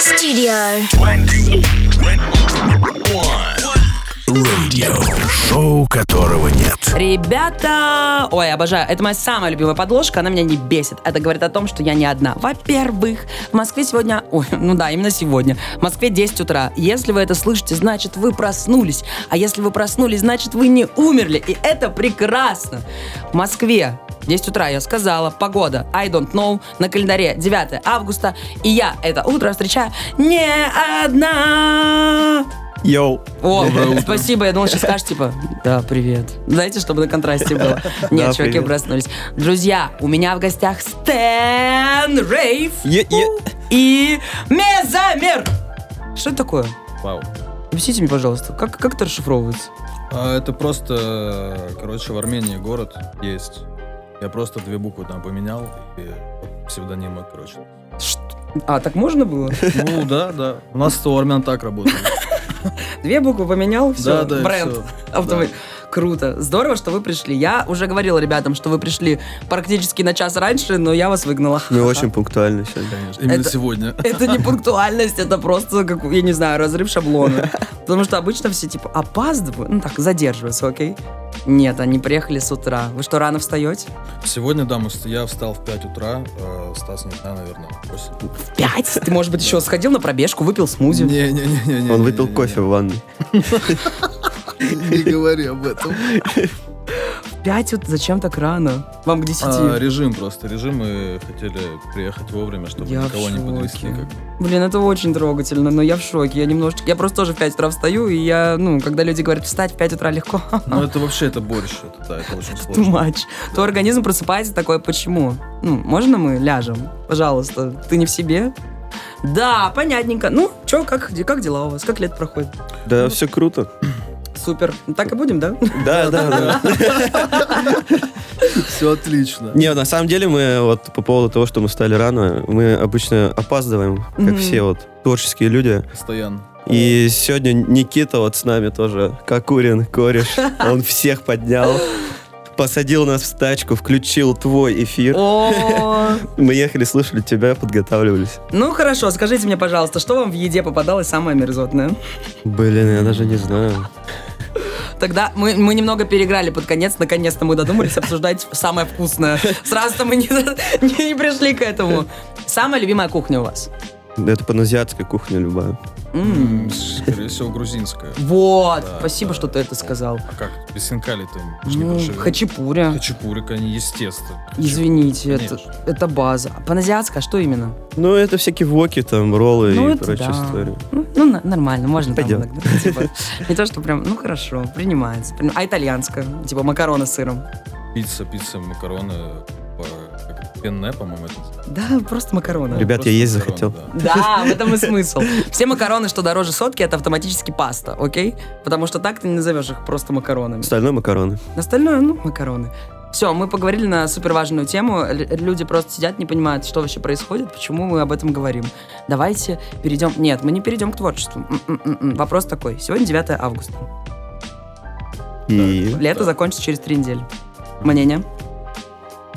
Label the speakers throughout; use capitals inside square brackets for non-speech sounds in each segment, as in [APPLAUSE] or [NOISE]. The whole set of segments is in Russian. Speaker 1: Studio.
Speaker 2: 20, 21. Радио, шоу которого нет.
Speaker 3: Ребята, ой, обожаю. Это моя самая любимая подложка, она меня не бесит. Это говорит о том, что я не одна. Во-первых, в Москве сегодня, ой, ну да, именно сегодня, в Москве 10 утра. Если вы это слышите, значит вы проснулись. А если вы проснулись, значит вы не умерли. И это прекрасно. В Москве 10 утра, я сказала, погода, I don't know, на календаре 9 августа, и я это утро встречаю не одна.
Speaker 4: Йоу.
Speaker 3: О, спасибо, я думал, сейчас скажешь, типа, да, привет. Знаете, чтобы на контрасте
Speaker 5: [LAUGHS]
Speaker 3: было. Нет,
Speaker 4: Да,
Speaker 3: чуваки
Speaker 4: привет.
Speaker 3: проснулись. Друзья, у меня в гостях Стэн Рейв
Speaker 4: Е- е-
Speaker 3: и Мезамер. Что это такое?
Speaker 5: Вау.
Speaker 3: Объясните мне, пожалуйста, как, как это расшифровывается?
Speaker 5: А это просто, короче, в Армении город есть. Я просто две буквы там поменял и псевдонимы, короче.
Speaker 3: Ш- А, так можно
Speaker 5: [LAUGHS]
Speaker 3: было?
Speaker 5: Ну да, да. У нас у армян так работает.
Speaker 3: Две буквы поменял, все,
Speaker 5: Да, да, и
Speaker 3: бренд.
Speaker 5: всё.
Speaker 3: автомобиль. Круто. Здорово, что вы пришли. Я уже говорила ребятам, что вы пришли практически на час раньше, но я вас выгнала.
Speaker 4: Мы очень пунктуальны сегодня.
Speaker 5: Конечно. Именно
Speaker 3: Это-
Speaker 5: сегодня.
Speaker 3: Это не пунктуальность, это просто, как, я не знаю, разрыв шаблона. Потому что обычно все типа опаздывают, ну так, задерживаются, окей? Нет, они приехали с утра. Вы что, рано встаете?
Speaker 5: Сегодня, да, мы с- я встал в 5 утра. э, Стас не знаю, наверное, в 8.
Speaker 3: В пять? Ты, может быть, еще сходил на пробежку, выпил смузи?
Speaker 5: Не-не-не.
Speaker 4: Он выпил кофе в ванной.
Speaker 5: Не говори об этом.
Speaker 3: В пять? вот Зачем так рано? Вам к десяти?
Speaker 5: А, Режим просто. Режим мы хотели приехать вовремя, чтобы
Speaker 3: Я в
Speaker 5: никого не подвести.
Speaker 3: шоке.
Speaker 5: как бы.
Speaker 3: Блин, это очень трогательно, но я в шоке. Я немножечко... Я просто тоже в 5 утра встаю, и я, ну, когда люди говорят встать в 5 утра легко,
Speaker 5: Ну это вообще, это борщ. Это, да, это очень
Speaker 3: too
Speaker 5: сложно.
Speaker 3: much, то организм просыпается такой, почему? Ну, можно мы ляжем? Пожалуйста, ты не в себе? Да, понятненько. Ну, чё, как, де- как дела у вас? Как лет проходит?
Speaker 4: Да, все круто.
Speaker 3: Супер. Ну, Так и будем, да?
Speaker 4: Да, да, да.
Speaker 5: Все отлично.
Speaker 4: [LAUGHS] Не, на самом деле мы вот по поводу того, что мы стали рано, мы обычно опаздываем,
Speaker 3: Мгм.
Speaker 4: как все вот творческие люди.
Speaker 5: Постоянно.
Speaker 4: И сегодня Никита вот с нами тоже, Кокурин, [LAUGHS] кореш. Он всех поднял, посадил нас в тачку, включил твой эфир.
Speaker 3: О,
Speaker 4: Мы ехали, слушали тебя, подготавливались.
Speaker 3: ну хорошо, скажите мне, пожалуйста, что вам в еде попадалось самое мерзотное?
Speaker 4: Блин, я даже не знаю.
Speaker 3: Тогда мы, мы немного переиграли под конец. Наконец-то мы додумались обсуждать самое вкусное. Сразу-то мы не, не пришли к этому. Самая любимая кухня у вас?
Speaker 4: Это паназиатская кухня любая.
Speaker 3: М.
Speaker 5: М, Скорее всего, грузинская.
Speaker 3: Вот,
Speaker 5: Да,
Speaker 3: спасибо,
Speaker 5: да.
Speaker 3: что ты это сказал.
Speaker 5: А как? Без хинкали там ж не
Speaker 3: Ну,
Speaker 5: проживешь.
Speaker 3: хачапуря.
Speaker 5: Хачапурик, они естественно.
Speaker 3: Извините, это,
Speaker 5: Конечно.
Speaker 3: это база. А Паназиатская, что именно?
Speaker 4: Ну, это всякие воки, там, роллы
Speaker 3: Ну,
Speaker 4: и
Speaker 3: это
Speaker 4: прочая
Speaker 3: да.
Speaker 4: история.
Speaker 3: Ну, ну, на- нормально, можно там
Speaker 4: Пойдёт.
Speaker 3: иногда, типа, [LAUGHS] не то, что прям, ну хорошо, принимается. Прин- А итальянская, типа макароны с сыром.
Speaker 5: Пицца, пицца, макароны. по- как это, Пенне, по-моему, это. называется.
Speaker 3: Да, просто макароны.
Speaker 4: Ребят,
Speaker 5: Просто
Speaker 4: я есть
Speaker 5: макароны,
Speaker 4: захотел.
Speaker 5: да.
Speaker 3: Да, в этом и смысл. Все макароны, что дороже сотки, это автоматически паста, окей? Потому что так ты не назовешь их просто макаронами.
Speaker 4: Остальное макароны.
Speaker 3: Остальное, ну, макароны. Все, мы поговорили на супер важную тему. Л- люди просто сидят, не понимают, что вообще происходит, почему мы об этом говорим. Давайте перейдем. Нет, мы не перейдем к творчеству. М-м-м-м. Вопрос такой. Сегодня 9 августа.
Speaker 4: И...
Speaker 3: Лето
Speaker 5: Да.
Speaker 3: закончится через три недели. Мнение?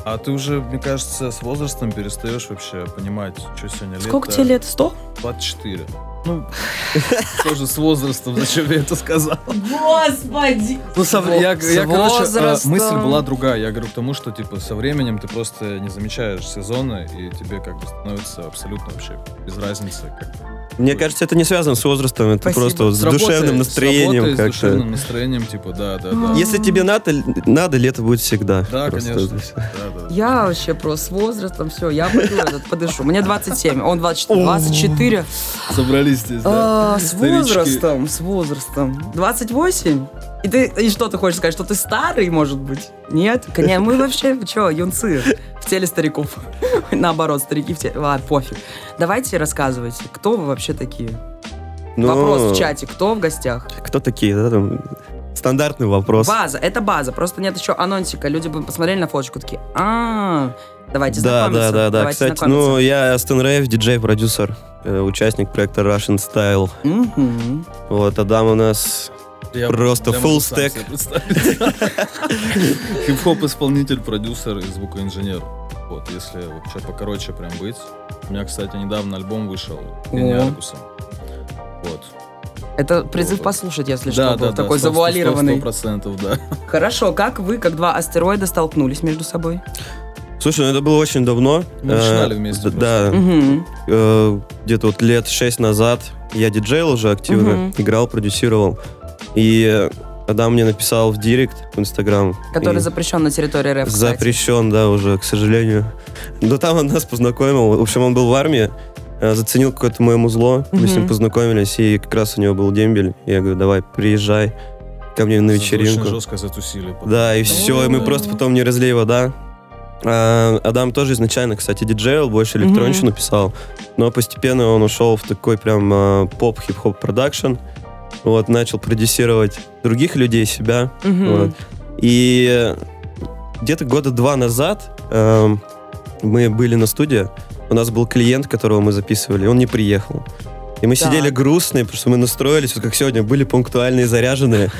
Speaker 5: А ты уже, мне кажется, с возрастом перестаешь вообще понимать, что сегодня лето.
Speaker 3: Сколько тебе лет? 100?
Speaker 5: 24. Ну, [LAUGHS] тоже с возрастом, зачем я это сказал?
Speaker 3: Господи!
Speaker 5: Ну, со-
Speaker 3: Во-
Speaker 5: я,
Speaker 3: с
Speaker 5: я, короче, э,
Speaker 3: возрастом.
Speaker 5: мысль была другая. Я говорю к тому, что, типа, со временем ты просто не замечаешь сезоны, и тебе как бы становится абсолютно вообще без разницы. Как бы.
Speaker 4: Мне кажется, это не связано с возрастом, это
Speaker 3: Спасибо.
Speaker 4: просто вот с,
Speaker 5: работой-
Speaker 4: душевным
Speaker 5: с
Speaker 4: настроением
Speaker 5: работой, с
Speaker 4: как-то.
Speaker 5: душевным настроением, типа, да, да, да.
Speaker 4: Если тебе надо, надо, лето будет всегда.
Speaker 5: Да,
Speaker 4: Просто
Speaker 5: конечно.
Speaker 4: это всё.
Speaker 5: Да, да.
Speaker 3: Я вообще просто с возрастом, все, я пойду этот, подышу. Мне 27, он 24. 24.
Speaker 5: Собрались здесь, да.
Speaker 3: А, С
Speaker 5: Старички.
Speaker 3: возрастом, с возрастом. 28? И ты, и что ты хочешь сказать, что ты старый, может быть? Нет? Конечно, мы вообще, что, юнцы в теле стариков. [LAUGHS] Наоборот, старики в теле... Ладно, пофиг. Давайте рассказывайте, кто вы вообще такие?
Speaker 4: Ну,
Speaker 3: Вопрос в чате, кто в гостях?
Speaker 4: Кто такие, да, там? Стандартный вопрос.
Speaker 3: База, это база, просто нет еще анонсика. Люди бы посмотрели на фоточку, такие, а давайте
Speaker 4: Да, да,
Speaker 3: знакомиться.
Speaker 4: да, да.
Speaker 3: давайте
Speaker 4: Кстати,
Speaker 3: знакомиться».
Speaker 4: ну, я Стэн Рейв, диджей-продюсер, э, участник проекта Russian Style.
Speaker 3: Мгм.
Speaker 4: Вот, Адам у нас...
Speaker 5: Я
Speaker 4: Просто
Speaker 5: прям
Speaker 4: full
Speaker 5: могу сам
Speaker 4: stack.
Speaker 5: себе представить. Хип-хоп исполнитель, продюсер и звукоинженер. Вот, если вообще покороче прям быть. У меня, кстати, недавно альбом вышел
Speaker 3: О.
Speaker 5: День Аргуса. Вот.
Speaker 3: Это призыв
Speaker 5: Вот.
Speaker 3: послушать, если что, был такой завуалированный.
Speaker 5: процентов, да.
Speaker 3: Хорошо, как вы, как два астероида, столкнулись между собой?
Speaker 4: Слушай, ну это было очень давно.
Speaker 5: Мы
Speaker 4: Э,
Speaker 5: начинали вместе
Speaker 4: д-
Speaker 5: просто.
Speaker 4: Да,
Speaker 3: Мгм.
Speaker 4: э, где-то вот лет шесть назад я диджейл уже активно,
Speaker 3: Мгм.
Speaker 4: играл, продюсировал. И Адам мне написал в директ в Инстаграм.
Speaker 3: Который
Speaker 4: И
Speaker 3: запрещен на территории РФ, кстати.
Speaker 4: Запрещен, да, уже, к сожалению. [LAUGHS] Но там он нас познакомил. В общем, он был в армии, э, заценил какое-то мое музло. Мы с
Speaker 3: Мгм.
Speaker 4: ним познакомились, и как раз у него был дембель. Я говорю, давай, приезжай ко мне на
Speaker 5: Очень
Speaker 4: вечеринку.
Speaker 5: жестко затусили. потом.
Speaker 4: Да, и все, и мы
Speaker 3: О.
Speaker 4: просто потом не разлей вода. А, Адам тоже изначально, кстати, диджейл, больше электронщину писал, но постепенно он ушел в такой прям а, поп-хип-хоп продакшн, вот, начал продюсировать других людей, себя,
Speaker 3: Мгм.
Speaker 4: вот. И где-то года два назад эм, мы были на студии. У нас был клиент, которого мы записывали, он не приехал. И мы
Speaker 3: Так.
Speaker 4: сидели грустные, потому что мы настроились, вот как сегодня, были пунктуальные, заряженные.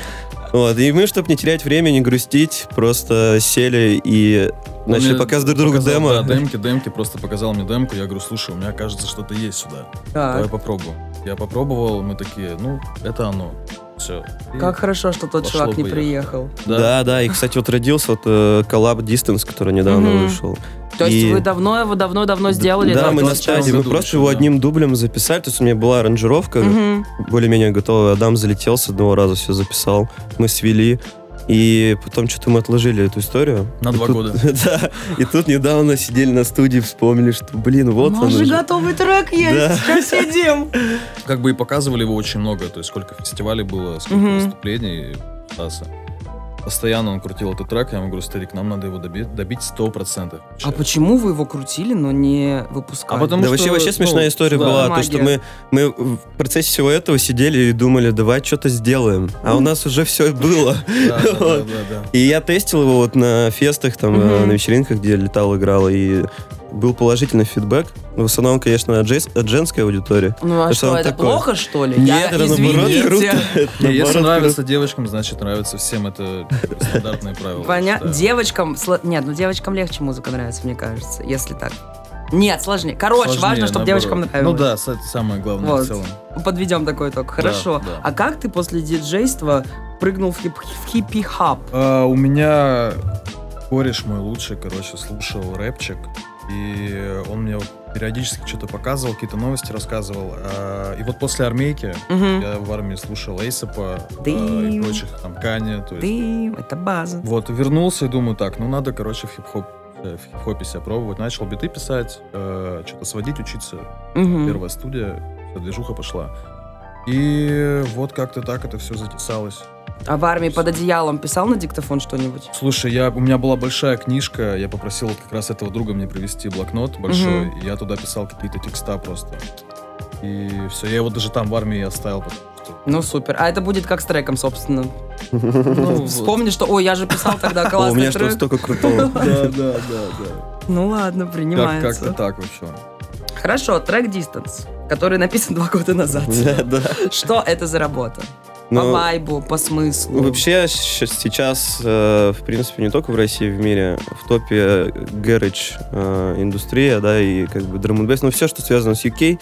Speaker 4: Вот. И мы, чтобы не терять время, не грустить, просто сели и
Speaker 5: Он
Speaker 4: начали
Speaker 5: Ну, мне
Speaker 4: показывать друг другу
Speaker 5: показал,
Speaker 4: демо.
Speaker 5: Да, демки, демки, просто показал мне демку. Я говорю, слушай, у меня кажется, что-то есть сюда. Давай
Speaker 3: Так.
Speaker 5: попробуем. Я попробовал, мы такие, ну, это оно. Все.
Speaker 3: Как хорошо, что тот
Speaker 5: Пошло
Speaker 3: чувак не
Speaker 5: бы я.
Speaker 3: приехал.
Speaker 4: да. да, и, кстати, вот родился вот э, коллаб Distance, который недавно
Speaker 3: Мгм.
Speaker 4: вышел.
Speaker 3: То есть
Speaker 4: И-
Speaker 3: вы давно его, давно-давно сделали?
Speaker 4: Да,
Speaker 3: да,
Speaker 4: мы
Speaker 3: в
Speaker 4: на
Speaker 3: 22
Speaker 4: стадии, мы
Speaker 5: году
Speaker 4: просто
Speaker 5: еще,
Speaker 4: его
Speaker 5: да.
Speaker 4: одним дублем записали, то есть у меня была аранжировка,
Speaker 3: Мгм.
Speaker 4: более-менее готовый. Адам залетел с одного раза, все записал, мы свели. И потом что-то мы отложили эту историю. [LAUGHS]
Speaker 5: На
Speaker 4: И
Speaker 5: два
Speaker 4: тут-
Speaker 5: года.
Speaker 4: Да. И тут недавно сидели на студии, вспомнили, что, блин,
Speaker 3: У
Speaker 4: вот он.
Speaker 3: нас же
Speaker 4: уже.
Speaker 3: готовый трек
Speaker 4: Да.
Speaker 3: есть, сейчас сидим.
Speaker 5: Как бы и показывали его очень много, то есть сколько фестивалей было, сколько
Speaker 3: Мгм.
Speaker 5: выступлений Стаса. Постоянно он крутил этот трек, я ему говорю, старик, нам надо его добить, добить 100%.
Speaker 3: А почему вы его крутили, но не выпускали?
Speaker 5: А потому
Speaker 4: Да
Speaker 5: что,
Speaker 4: вообще, вообще
Speaker 5: ну,
Speaker 4: смешная история
Speaker 5: да.
Speaker 4: была, то, что мы,
Speaker 3: Магия.
Speaker 4: мы в процессе всего этого сидели и думали, давай что-то сделаем. А у нас уже все было.
Speaker 5: Да, да, да, да, да.
Speaker 4: И я тестил его вот на фестах, там,
Speaker 3: Мгм.
Speaker 4: э, на вечеринках, где летал, играл, и был положительный фидбэк. В основном, конечно, от жес- от женской аудитории.
Speaker 3: Ну а
Speaker 4: Потому
Speaker 3: что,
Speaker 4: он
Speaker 3: это
Speaker 4: такой.
Speaker 3: плохо, что ли? Я-
Speaker 4: Нет, это наоборот
Speaker 3: извините.
Speaker 4: круто. Это
Speaker 5: Не, Если
Speaker 4: наоборот круто.
Speaker 5: нравится девочкам, значит нравится всем. [LAUGHS] Это стандартные правила.
Speaker 3: Понятно.
Speaker 5: считаю.
Speaker 3: Девочкам... сло- Нет, ну девочкам легче музыка нравится, мне кажется, если так. Нет, сложнее. Короче,
Speaker 5: Сложнее,
Speaker 3: важно, чтобы
Speaker 5: наоборот.
Speaker 3: девочкам нравилось.
Speaker 5: Ну да, с- это самое главное
Speaker 3: Вот.
Speaker 5: в целом.
Speaker 3: Подведем такой итог. Хорошо.
Speaker 5: да.
Speaker 3: А как ты после диджейства прыгнул в, хип- в хиппи-хап?
Speaker 5: А, у меня кореш мой лучший, короче, слушал рэпчик. И он мне периодически что-то показывал, какие-то новости рассказывал. А, и вот после армейки
Speaker 3: Мгм.
Speaker 5: я в армии слушал Эйсапа а, и
Speaker 3: Дым.
Speaker 5: прочих, там, Кани. То есть.
Speaker 3: Дым, это база.
Speaker 5: Вот, вернулся и думаю, так, ну надо, короче, в хип-хоп э, в хип-хопе себя пробовать. Начал биты писать, э, что-то сводить, учиться.
Speaker 3: Мгм.
Speaker 5: Первая студия, вся движуха пошла. И вот как-то так это все затесалось.
Speaker 3: А в армии под одеялом писал на диктофон что-нибудь?
Speaker 5: Слушай, я, у меня была большая книжка, я попросил вот как раз этого друга мне привезти блокнот большой, и я туда писал какие-то текста просто. И все, я его даже там в армии оставил.
Speaker 3: Ну супер. А это будет как с треком,
Speaker 5: [LAUGHS]
Speaker 3: собственно.
Speaker 5: Ну,
Speaker 3: Вспомни, что, ой, я же писал
Speaker 5: [LAUGHS]
Speaker 3: тогда
Speaker 4: О, у
Speaker 3: классный
Speaker 4: меня что
Speaker 3: трек. [LAUGHS]
Speaker 4: столько крутого.
Speaker 5: Да, да, да, да.
Speaker 3: Ну ладно,
Speaker 5: Как- Как-то
Speaker 3: принимается.
Speaker 5: так вообще.
Speaker 3: Хорошо, трек Distance, который написан [LAUGHS] два года
Speaker 5: [LAUGHS]
Speaker 3: назад.
Speaker 4: Да, да.
Speaker 3: Что это за работа? По
Speaker 4: Ну,
Speaker 3: вайбу, по смыслу.
Speaker 4: Вообще щ- сейчас, э, в принципе, не только в России, в мире, в топе garage э, индустрия, да, и как бы drum and bass, ну все, что связано с UK,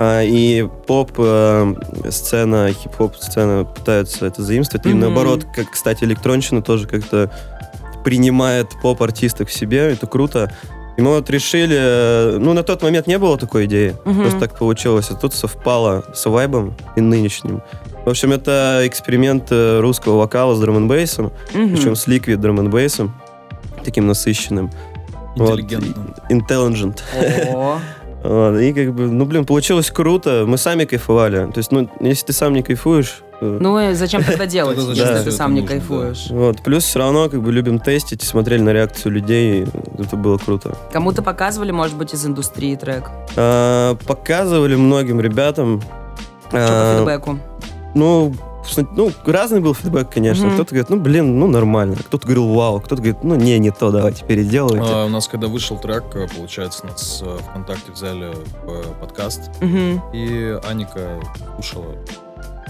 Speaker 4: а, и поп э, сцена, хип-хоп сцена пытаются это заимствовать, и
Speaker 3: Мгм.
Speaker 4: наоборот, как, кстати, электронщина тоже как-то принимает поп-артистов к себе, это круто. И мы вот решили, э, ну на тот момент не было такой идеи,
Speaker 3: Мгм.
Speaker 4: просто так получилось, а тут совпало с вайбом и нынешним. В общем, это эксперимент э, русского вокала с драм-н-бейсом,
Speaker 3: Мгм.
Speaker 4: причем с ликвид драм-н-бейсом, таким насыщенным. Вот,
Speaker 5: Интеллигентно.
Speaker 4: и- Intelligent.
Speaker 3: О,
Speaker 4: Вот, И как бы, ну блин, получилось круто, мы сами кайфовали. То есть, ну, если ты сам не кайфуешь, э,
Speaker 3: Ну и зачем
Speaker 5: [LAUGHS]
Speaker 3: тогда делать,
Speaker 5: зачем
Speaker 4: всё
Speaker 3: если ты
Speaker 5: это
Speaker 3: сам не
Speaker 5: нужно, да.
Speaker 3: кайфуешь?
Speaker 4: вот, плюс все равно как бы любим тестить, смотрели на реакцию людей, это было круто.
Speaker 3: Кому-то показывали, может быть, из индустрии трек?
Speaker 4: А, Показывали многим ребятам.
Speaker 3: Что по
Speaker 4: А,
Speaker 3: фидбэку?
Speaker 4: Ну, сна- ну, разный был фидбэк, конечно.
Speaker 3: Мгм.
Speaker 4: Кто-то говорит, ну, блин, ну, нормально. Кто-то говорил, вау. Кто-то говорит, ну, не, не то, давайте переделывайте.
Speaker 5: А, У нас, когда вышел трек, э, получается, нас э, ВКонтакте взяли в э, подкаст,
Speaker 3: Мгм.
Speaker 5: и Аника слушала.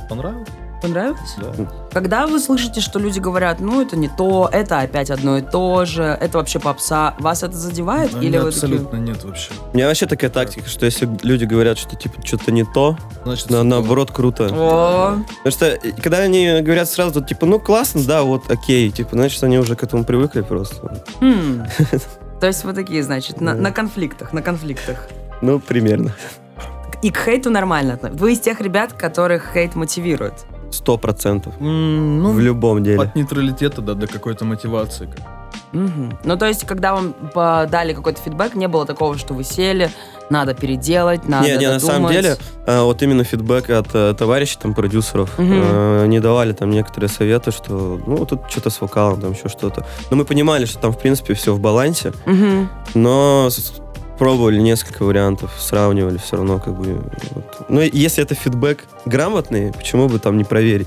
Speaker 5: Понравилось?
Speaker 3: Понравилось?
Speaker 6: Да.
Speaker 3: Когда вы слышите, что люди говорят, ну это не то, это опять одно и то же, это вообще попса, вас это задевает?
Speaker 6: Ну,
Speaker 3: Или
Speaker 6: меня
Speaker 3: вы
Speaker 6: абсолютно
Speaker 3: такие,
Speaker 6: нет вообще.
Speaker 4: У меня вообще такая тактика, что если люди говорят, что типа что-то не то,
Speaker 6: Значит,
Speaker 4: на-
Speaker 6: всё
Speaker 4: наоборот круто.
Speaker 3: о,
Speaker 4: Потому что э, когда они говорят сразу, типа, ну классно, да, вот окей, типа, значит, они уже к этому привыкли просто.
Speaker 3: хм». [LAUGHS] То есть вы такие, значит, на,
Speaker 4: Да.
Speaker 3: на конфликтах, на конфликтах.
Speaker 4: Ну, примерно.
Speaker 3: И к хейту нормально. отно- Вы из тех ребят, которых хейт мотивирует.
Speaker 4: Сто процентов.
Speaker 6: плохо. М, Ну,
Speaker 4: В любом деле.
Speaker 6: от нейтралитета да, до какой-то мотивации. как-
Speaker 3: Мгм. Ну, то есть, когда вам э, дали какой-то фидбэк, не было такого, что вы сели, надо переделать, надо
Speaker 4: не, не, на самом
Speaker 3: додумать.
Speaker 4: деле, э, вот именно фидбэк от э, товарищей, там, продюсеров,
Speaker 3: Мгм.
Speaker 4: э, они давали там некоторые советы, что, ну, тут что-то с вокалом, там, еще что-то. Но мы понимали, что там, в принципе, все в балансе,
Speaker 3: Мгм.
Speaker 4: но с- с- пробовали несколько вариантов, сравнивали все равно, как бы. вот. Ну, и если это фидбэк грамотный, почему бы там не проверить?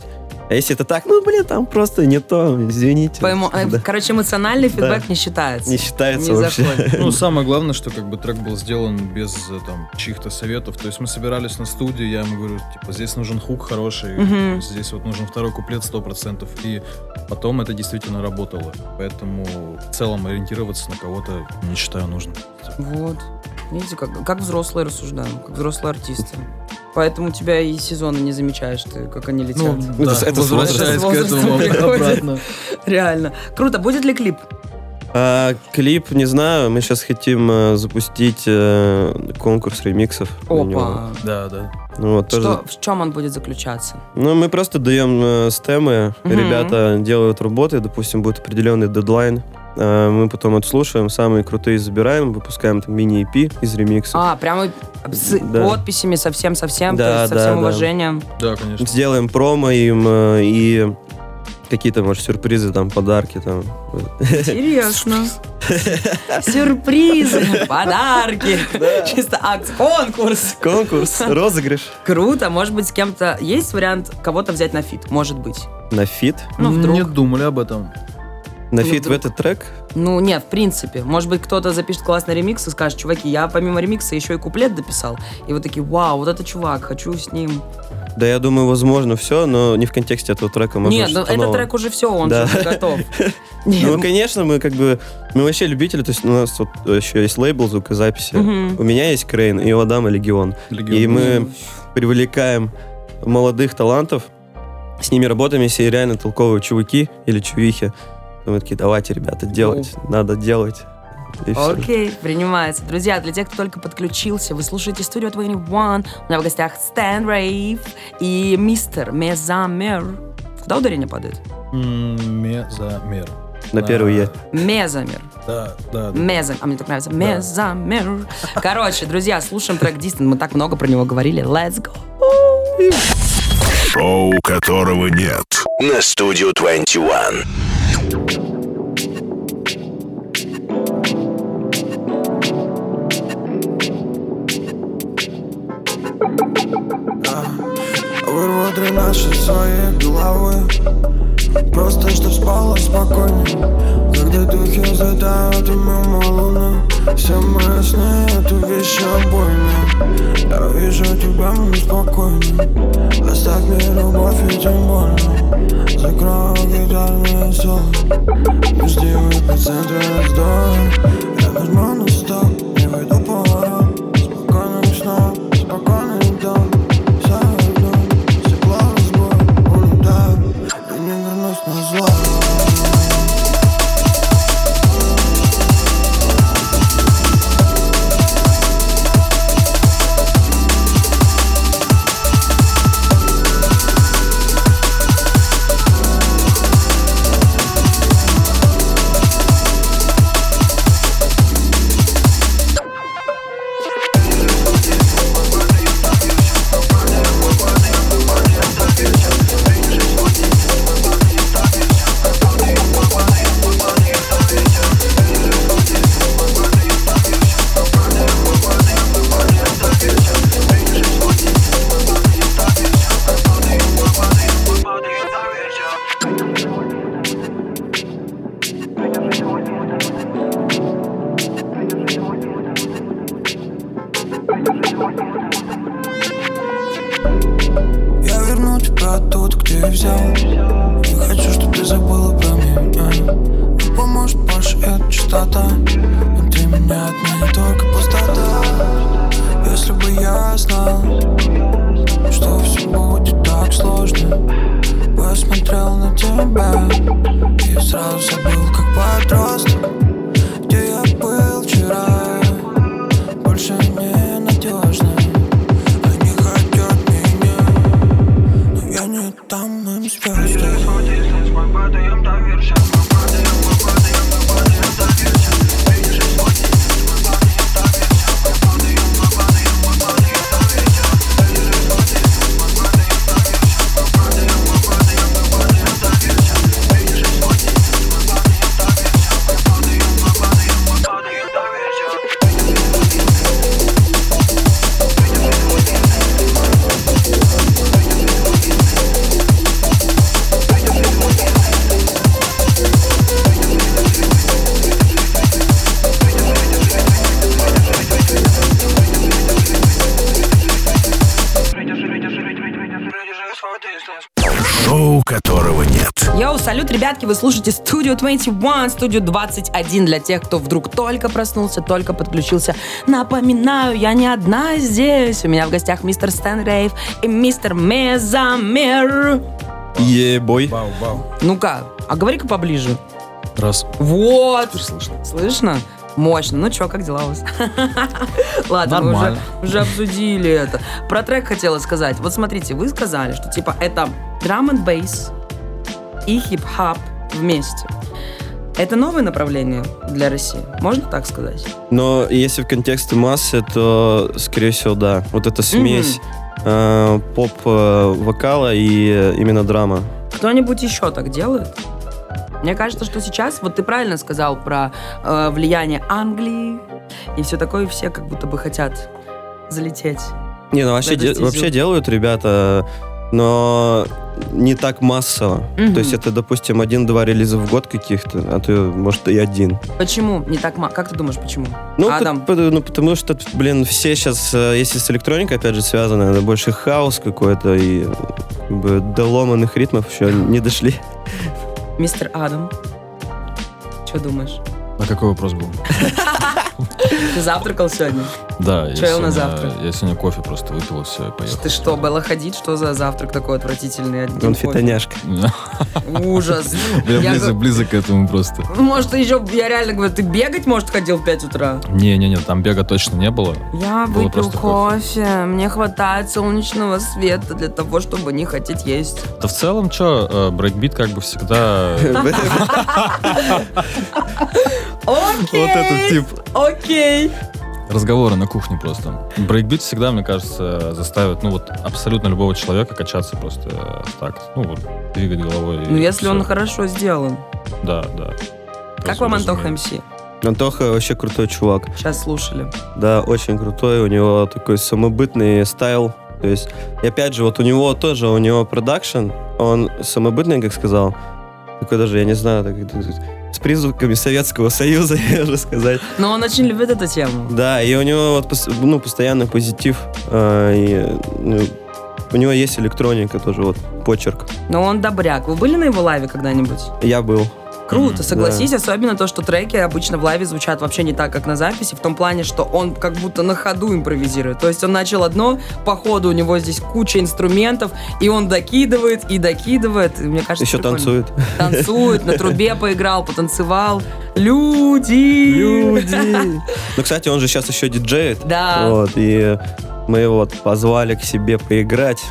Speaker 4: А если это так, ну, блин, там просто не то, извините.
Speaker 3: Пойму- э,
Speaker 4: [LAUGHS] Да.
Speaker 3: Короче, эмоциональный
Speaker 4: Да.
Speaker 3: фидбэк не считается.
Speaker 4: Не считается
Speaker 3: Не
Speaker 4: вообще. [LAUGHS]
Speaker 3: заходит.
Speaker 6: Ну, самое главное, что как бы трек был сделан без э, там чьих-то советов. То есть мы собирались на студии, я ему говорю, типа, здесь нужен хук хороший,
Speaker 3: Мгм.
Speaker 6: здесь вот нужен второй куплет 100%. И потом это действительно работало. Поэтому в целом ориентироваться на кого-то не считаю нужным.
Speaker 3: Вот. Видите, как, как взрослые рассуждаем, как взрослые артисты. Поэтому тебя и сезоны не замечаешь, ты, как они летят.
Speaker 4: Ну, да, это- это с
Speaker 6: возвращаясь к
Speaker 3: возрастом.
Speaker 6: этому
Speaker 3: С возрастом
Speaker 6: обратно.
Speaker 3: Реально. Круто. Будет ли клип?
Speaker 4: А, клип, не знаю, мы сейчас хотим э, запустить э, конкурс ремиксов. на него.
Speaker 3: Опа.
Speaker 6: Да, да.
Speaker 4: Ну, вот, тоже-
Speaker 3: Что, в чем он будет заключаться?
Speaker 4: Ну, мы просто даем э, стемы,
Speaker 3: Мгм.
Speaker 4: ребята делают работы, допустим, будет определенный дедлайн, э, мы потом отслушаем, самые крутые забираем, выпускаем там мини-EP из ремиксов.
Speaker 3: А, прямо с
Speaker 4: Да.
Speaker 3: подписями совсем-совсем,
Speaker 4: Да,
Speaker 3: то есть со
Speaker 4: да,
Speaker 3: всем
Speaker 4: да. [LAUGHS]
Speaker 3: уважением.
Speaker 6: Да, конечно.
Speaker 4: Сделаем промо им э, и какие-то, может, сюрпризы, там, подарки, там.
Speaker 3: Интересно.
Speaker 4: [LAUGHS]
Speaker 3: Сюрпризы, подарки. Чисто акт. Конкурс.
Speaker 4: [LAUGHS] Конкурс, розыгрыш.
Speaker 3: Круто. Может быть, с кем-то... Есть вариант кого-то взять на фит? Может быть.
Speaker 4: На фит.
Speaker 3: Ну, вдруг.
Speaker 6: Не думали об этом.
Speaker 4: На
Speaker 3: Ну,
Speaker 4: фит в
Speaker 3: вдруг.
Speaker 4: этот трек.
Speaker 3: Ну, нет, в принципе. Может быть, кто-то запишет классный ремикс и скажет, чуваки, я помимо ремикса еще и куплет дописал. И вот такие, вау, вот это чувак, хочу с ним.
Speaker 4: Да, я думаю, возможно, все, но не в контексте этого трека. Может,
Speaker 3: нет, ну,
Speaker 4: что-то
Speaker 3: этот
Speaker 4: новое.
Speaker 3: трек уже все, он
Speaker 4: Да.
Speaker 3: же готов. [LAUGHS] Нет.
Speaker 4: [LAUGHS] Ну, конечно, мы как бы... Мы вообще любители, то есть у нас вот еще есть лейбл звукозаписи.
Speaker 3: Мгм.
Speaker 4: У меня есть Крейн, и у Адама Легион.
Speaker 6: Легион.
Speaker 4: И мы привлекаем молодых талантов, с ними работаем, если реально толковые чуваки или чувихи. И Мы такие, давайте, ребята, делать, надо делать. И всё.
Speaker 3: Окей, принимается. Друзья, для тех, кто только подключился, вы слушаете студию 21. У меня в гостях Стэн Рейв и мистер Мезамер. Куда ударение падает?
Speaker 6: М, Мезомер.
Speaker 4: На первый Е.
Speaker 3: Мезамер.
Speaker 6: Да, да. да.
Speaker 3: Меза, а мне так нравится. Мезамер. Короче, друзья, слушаем трек Distant. Мы так много про него говорили. Let's go.
Speaker 1: Шоу, которого нет.
Speaker 2: на студию 21.
Speaker 7: Вырву наши свои головы Просто что спала спокойно Когда духи задают и мимо луны Все мои сны это вещи обойные Я вижу тебя мне спокойно Оставь мне любовь и тем больно Закрою гитарные соло Пусти выпить центр вздоха Я нажму на стоп, не выйду повара Спокойных снов, спокойный дом Все одно, стекло разбор Улетаю, и не вернусь назад Я вернусь вернуть про тот, где взял Не хочу, чтобы ты забыла про меня Не поможет больше эта частота Но ты меня от меня только пустота Если бы я знал, что все будет так сложно Посмотрел на тебя и сразу забыл, как подросток Где я был вчера, больше не надежно Они хотят меня, но я не там им звезды
Speaker 1: Шоу которого нет.
Speaker 3: Йоу, салют, ребятки, вы слушаете Studio 21, Studio 21 для тех, кто вдруг только проснулся, только подключился. Напоминаю, я не одна здесь. У меня в гостях мистер Стэн Рейв и мистер Мезамер.
Speaker 4: Ебой.
Speaker 6: Бау, бау.
Speaker 3: Ну-ка, а говори-ка поближе.
Speaker 6: Раз.
Speaker 3: Вот.
Speaker 6: Теперь слышно.
Speaker 3: Слышно? Мощно. Ну чё, как дела у вас? [LAUGHS] Ладно, мы уже,
Speaker 6: Нормально.
Speaker 3: уже обсудили это. Про трек хотела сказать. Вот смотрите, вы сказали, что типа это драм and бейс и хип-хап вместе. Это новое направление для России, можно так сказать?
Speaker 4: Но если в контексте массы, то, скорее всего, да. Вот эта смесь э, поп-вокала и э, именно драма.
Speaker 3: Кто-нибудь еще так делает? Мне кажется, что сейчас, вот ты правильно сказал про э, влияние Англии и все такое, и все как будто бы хотят залететь.
Speaker 4: Не, ну вообще, де-
Speaker 3: Радость и
Speaker 4: вообще
Speaker 3: зюк.
Speaker 4: делают ребята, но не так массово.
Speaker 3: Мгм.
Speaker 4: То есть это, допустим, один-два релиза в год каких-то, а то, может, и один.
Speaker 3: Почему не так? ма- Как ты думаешь, почему?
Speaker 4: Ну,
Speaker 3: Адам.
Speaker 4: пот- ну, потому что, блин, все сейчас, если с электроникой, опять же, связано, это больше хаос какой-то, и как бы, до ломаных ритмов еще не дошли.
Speaker 3: Мистер Адам, что думаешь?
Speaker 6: А какой вопрос был?
Speaker 3: Ты завтракал сегодня?
Speaker 5: Да, я
Speaker 3: Чё ел на
Speaker 5: сегодня,
Speaker 3: завтрак?
Speaker 5: я сегодня кофе просто выпил и все, и поехал. [LAUGHS]
Speaker 3: Ты что, Белла ходить? Что за завтрак такой отвратительный? Один
Speaker 4: Конфитоняшка.
Speaker 3: кофе.
Speaker 5: [LAUGHS]
Speaker 3: Ужас.
Speaker 5: Я
Speaker 3: Я
Speaker 5: близок,
Speaker 3: го-
Speaker 5: близок к этому просто.
Speaker 3: Может, ты еще, я реально говорю, ты бегать, может, ходил в 5 утра?
Speaker 5: Не-не-не, там бега точно не было.
Speaker 3: Я
Speaker 5: Было
Speaker 3: выпил
Speaker 5: просто
Speaker 3: кофе.
Speaker 5: кофе.
Speaker 3: мне хватает солнечного света для того, чтобы не хотеть есть.
Speaker 5: Да в целом, что, брейкбит как
Speaker 3: [LAUGHS]
Speaker 5: бы всегда...
Speaker 3: Окей, окей.
Speaker 5: Разговоры на кухне просто. Брейкбит всегда, мне кажется, заставит, ну вот, абсолютно любого человека качаться просто э, так. Ну вот, двигать головой. и
Speaker 3: Ну, если он
Speaker 5: всё.
Speaker 3: хорошо сделан.
Speaker 5: Да, да.
Speaker 3: Как вам Антоха
Speaker 5: Разумеется.
Speaker 3: МС?
Speaker 4: Антоха вообще крутой чувак.
Speaker 3: Сейчас слушали.
Speaker 4: Да, очень крутой, у него такой самобытный стайл. То есть, и опять же, вот у него тоже, у него продакшн, он самобытный, как сказал, такой даже, я не знаю, так, с призвуками Советского Союза, [LAUGHS] я же сказать.
Speaker 3: Но он очень любит эту тему.
Speaker 4: Да, и у него вот, пос- ну, постоянно позитив, а, и, ну, у него есть электроника тоже, вот, почерк.
Speaker 3: Но он добряк. Вы были на его лайве когда-нибудь?
Speaker 4: Я был.
Speaker 3: Круто,
Speaker 5: Мгм,
Speaker 3: согласись, особенно то, что треки обычно в лайве звучат вообще не так, как на записи, в том плане, что он как будто на ходу импровизирует. То есть он начал одно, по ходу у него здесь куча инструментов, и он докидывает, и докидывает. И мне кажется,
Speaker 4: Еще
Speaker 3: прикольно.
Speaker 4: танцует.
Speaker 3: Танцует, на трубе поиграл, потанцевал. Люди! [LAUGHS]
Speaker 4: Люди! Ну, кстати, он же сейчас еще диджеет.
Speaker 3: Да, вот.
Speaker 4: Вот, и мы его вот позвали к себе поиграть.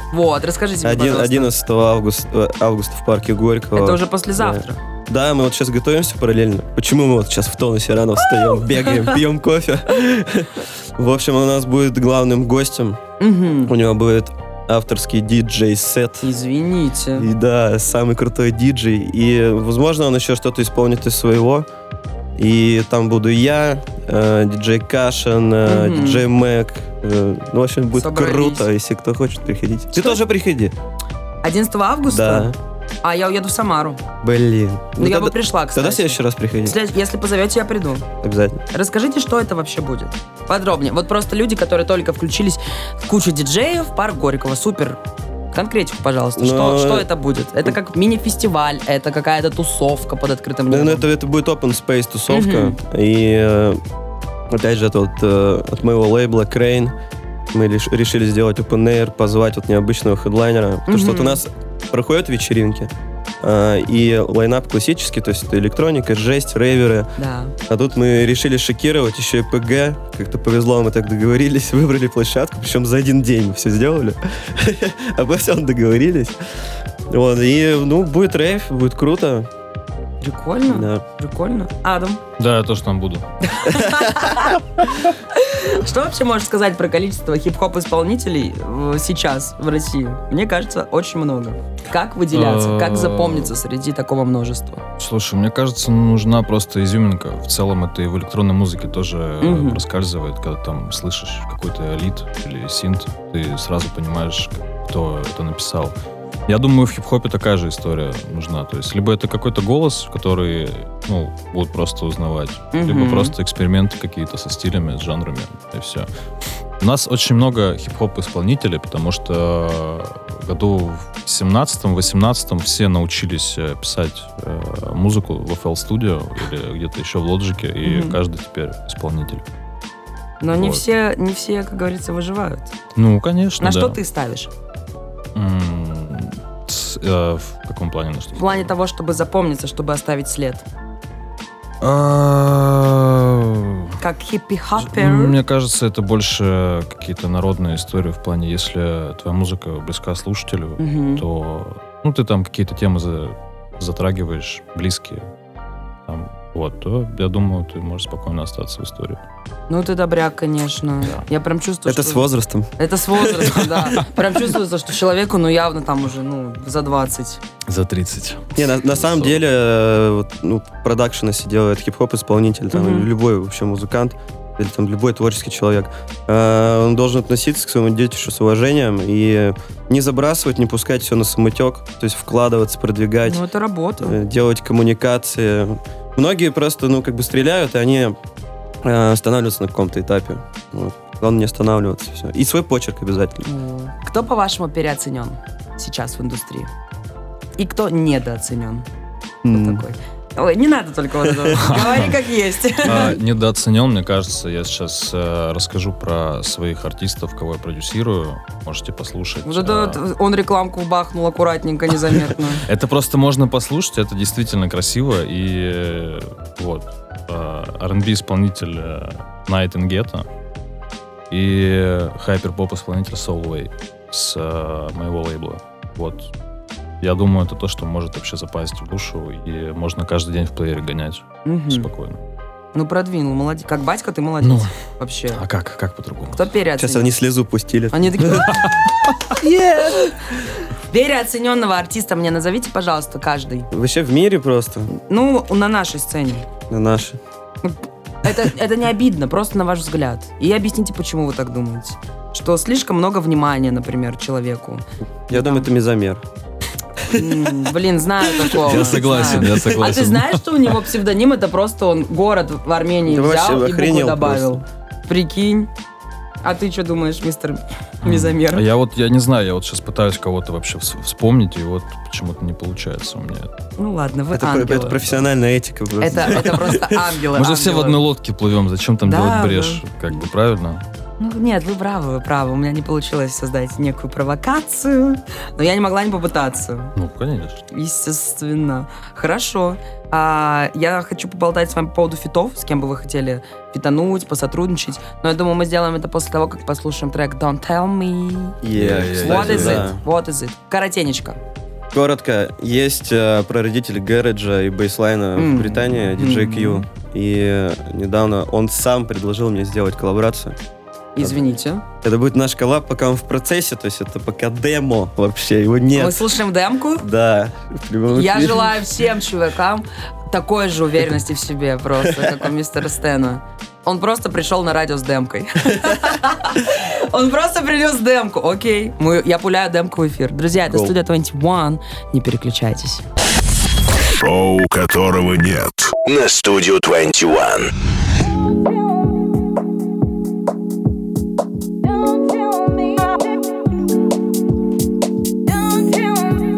Speaker 3: расскажите мне,
Speaker 4: Один,
Speaker 3: пожалуйста.
Speaker 4: 11 августа, э, августа в парке Горького.
Speaker 3: Это уже послезавтра.
Speaker 4: Да, мы вот сейчас готовимся параллельно. Почему мы вот сейчас в тонусе рано встаем,
Speaker 3: [LAUGHS]
Speaker 4: бегаем, пьем кофе? В общем, он у нас будет главным гостем.
Speaker 3: Мгм.
Speaker 4: У него будет авторский диджей-сет.
Speaker 3: Извините.
Speaker 4: И да, самый крутой диджей. И, возможно, он еще что-то исполнит из своего. И там буду я, э, диджей Кашин, э,
Speaker 3: Мгм.
Speaker 4: диджей Мэг. Э, ну, в общем, будет
Speaker 3: Собрались.
Speaker 4: круто, если кто хочет, приходите. Ты тоже приходи.
Speaker 3: 11 августа?
Speaker 4: Да.
Speaker 3: А я уеду в Самару.
Speaker 4: Блин.
Speaker 3: Ну, я бы
Speaker 4: тогда-
Speaker 3: пришла, кстати.
Speaker 4: Тогда в следующий раз приходи.
Speaker 3: Если- Если позовете, я приду.
Speaker 4: Обязательно.
Speaker 3: Расскажите, что это вообще будет? Подробнее. Вот просто люди, которые только включились, куча диджеев, парк Горького, супер Конкретику, пожалуйста.
Speaker 4: Но-
Speaker 3: Что, что это будет? Это как мини-фестиваль, это какая-то тусовка под открытым
Speaker 4: Да,
Speaker 3: небом.
Speaker 4: ну, это, это будет open space тусовка.
Speaker 3: Мгм.
Speaker 4: И э, опять же, это вот э, от моего лейбла Crane мы лиш- решили сделать open air, позвать вот необычного хедлайнера. Потому что вот
Speaker 3: Мгм.
Speaker 4: у нас проходят вечеринки, э, и лайнап классический, то есть это электроника, жесть, рейверы.
Speaker 3: Да.
Speaker 4: А тут мы решили шокировать еще и ПГ. Как-то повезло, мы так договорились, [LAUGHS] выбрали площадку, причем за один день мы все сделали. [LAUGHS] Обо всем договорились. Вот, и, ну, будет рейв, будет круто.
Speaker 3: Прикольно,
Speaker 4: Да.
Speaker 3: прикольно. Адам,
Speaker 5: Да, я тоже там буду.
Speaker 3: что вообще можешь сказать про количество хип-хоп-исполнителей э, сейчас в России? Мне кажется, очень много. Как выделяться, как
Speaker 5: Э,
Speaker 3: запомниться среди такого множества?
Speaker 5: Слушай, мне кажется, нужна просто изюминка. В целом это и в электронной музыке тоже э,
Speaker 3: Мгм.
Speaker 5: проскальзывает, когда там слышишь какой-то лид или синт, ты сразу понимаешь, к- кто это написал. Я думаю, в хип-хопе такая же история нужна. То есть, либо это какой-то голос, который, ну, будут просто узнавать, либо
Speaker 3: Мгм.
Speaker 5: просто эксперименты какие-то со стилями, с жанрами, и все. У нас очень много хип-хоп-исполнителей, потому что году в 17-18 все научились э, писать э, музыку в FL Studio или где-то еще в Лоджике, и
Speaker 3: Мгм.
Speaker 5: каждый теперь исполнитель.
Speaker 3: Но не
Speaker 5: Вот.
Speaker 3: все, не все, как говорится, выживают.
Speaker 5: Ну, конечно,
Speaker 3: На
Speaker 5: да.
Speaker 3: что ты ставишь?
Speaker 5: М, с- э, в каком плане? На что?
Speaker 3: В плане того, чтобы запомниться, чтобы оставить след.
Speaker 5: А,
Speaker 3: Как
Speaker 5: Ну,
Speaker 3: хиппи-хаппер.
Speaker 5: Мне кажется, это больше какие-то народные истории в плане, если твоя музыка близка слушателю,
Speaker 3: Мгм.
Speaker 5: то ну ты там какие-то темы за- затрагиваешь близкие, там, вот, то я думаю, ты можешь спокойно остаться в истории.
Speaker 3: Ну ты добряк, конечно.
Speaker 5: Да.
Speaker 3: Я прям чувствую,
Speaker 4: Это
Speaker 3: что...
Speaker 4: с возрастом.
Speaker 3: Это с возрастом, да. Прям чувствуется, что человеку, ну, явно там уже, ну, за 20.
Speaker 5: За 30.
Speaker 4: Не, на, на самом
Speaker 5: Сорок.
Speaker 4: деле, э, вот, ну, продакшн, если делает хип-хоп исполнитель, там,
Speaker 3: Мгм.
Speaker 4: или любой вообще музыкант, или там любой творческий человек, э, он должен относиться к своему детишу с уважением и не забрасывать, не пускать все на самотек, то есть вкладываться, продвигать,
Speaker 3: Ну, это работа.
Speaker 4: э, делать коммуникации. Многие просто, ну, как бы стреляют, и они э, останавливаются на каком-то этапе. Вот. Главное не останавливаться, все. И свой почерк обязательно.
Speaker 3: Вот. Кто, по-вашему, переоценен сейчас в индустрии? И кто недооценен? Кто такой? Ой, не надо только вот этого. Говори как есть. [LAUGHS]
Speaker 5: недооценен, А, мне кажется, я сейчас э, расскажу про своих артистов, кого я продюсирую, можете послушать.
Speaker 3: Вот это
Speaker 5: А,
Speaker 3: вот он рекламку бахнул аккуратненько, незаметно.
Speaker 5: Это просто можно послушать, это действительно красиво. И э, вот, э, R&B исполнитель э, Night and Ghetto и хайпер-поп исполнитель Soulway с э, моего лейбла. Вот. Я думаю, это то, что может вообще запасть в душу, и можно каждый день в плеере гонять
Speaker 3: Мгм.
Speaker 5: спокойно.
Speaker 3: Ну, продвинул, молодец. Как батька, ты молодец.
Speaker 5: Ну.
Speaker 3: Вообще.
Speaker 5: А как? Как по-другому?
Speaker 3: Кто переоценен?
Speaker 4: Сейчас они слезу пустили.
Speaker 3: Они такие... «Yes!» Переоцененного артиста мне назовите, пожалуйста, каждый.
Speaker 4: Вообще в мире просто,
Speaker 3: Ну, на нашей сцене.
Speaker 4: на наши.
Speaker 3: Это, это не обидно, просто на ваш взгляд. И объясните, почему вы так думаете. Что слишком много внимания, например, человеку.
Speaker 4: Я думаю, это мезомер.
Speaker 3: М, Блин, знаю такого.
Speaker 5: Я согласен,
Speaker 3: знаю.
Speaker 5: я
Speaker 3: А
Speaker 5: согласен.
Speaker 3: ты знаешь, что у него псевдоним это просто он город в Армении
Speaker 4: Да вообще
Speaker 3: взял и букву
Speaker 4: охренел
Speaker 3: добавил. Прикинь. А ты что думаешь, мистер Мизомер?
Speaker 5: А я вот, я не знаю, я вот сейчас пытаюсь кого-то вообще вс- вспомнить, и вот почему-то не получается у меня.
Speaker 3: Ну ладно, вы
Speaker 4: Это,
Speaker 3: ангелы.
Speaker 4: это профессиональная этика. просто.
Speaker 3: Это, это
Speaker 4: [LAUGHS]
Speaker 3: просто ангелы.
Speaker 5: Мы же все в
Speaker 3: ангелы.
Speaker 5: одной лодке плывем, зачем там
Speaker 3: типа, а, Да,
Speaker 5: делать брешь? Как бы правильно?
Speaker 3: Ну, нет, вы правы, вы правы. У меня не получилось создать некую провокацию. Но я не могла не попытаться.
Speaker 5: Ну, конечно.
Speaker 3: Естественно. Хорошо. А, я хочу поболтать с вами по поводу фитов, с кем бы вы хотели фитануть, посотрудничать. Но я думаю, мы сделаем это после того, как послушаем трек «Don't Tell Me».
Speaker 4: Yeah,
Speaker 5: Yeah, yeah,
Speaker 3: What
Speaker 5: Кстати,
Speaker 3: is
Speaker 4: да.
Speaker 3: it? What is it? Каратенечка.
Speaker 4: Коротко, есть э, прародитель Гэрэджа и бейслайна
Speaker 3: М.
Speaker 4: в Британии, DJ Q. И э, недавно он сам предложил мне сделать коллаборацию.
Speaker 3: Извините.
Speaker 4: Это будет наш коллаб, пока он в процессе, то есть это пока демо вообще, его
Speaker 3: Мы
Speaker 4: нет.
Speaker 3: слушаем демку.
Speaker 4: Да. в прямом
Speaker 3: Я
Speaker 4: эфире.
Speaker 3: желаю всем чувакам такой же уверенности в себе просто, как у мистера Стена. Он просто пришел на радио с демкой. Он просто принес демку. Окей. Мы, я пуляю демку в эфир. Друзья, это
Speaker 4: Гол.
Speaker 3: студия 21. Не переключайтесь.
Speaker 1: Шоу, которого нет.
Speaker 2: на студию 21.
Speaker 8: Don't tell me. Don't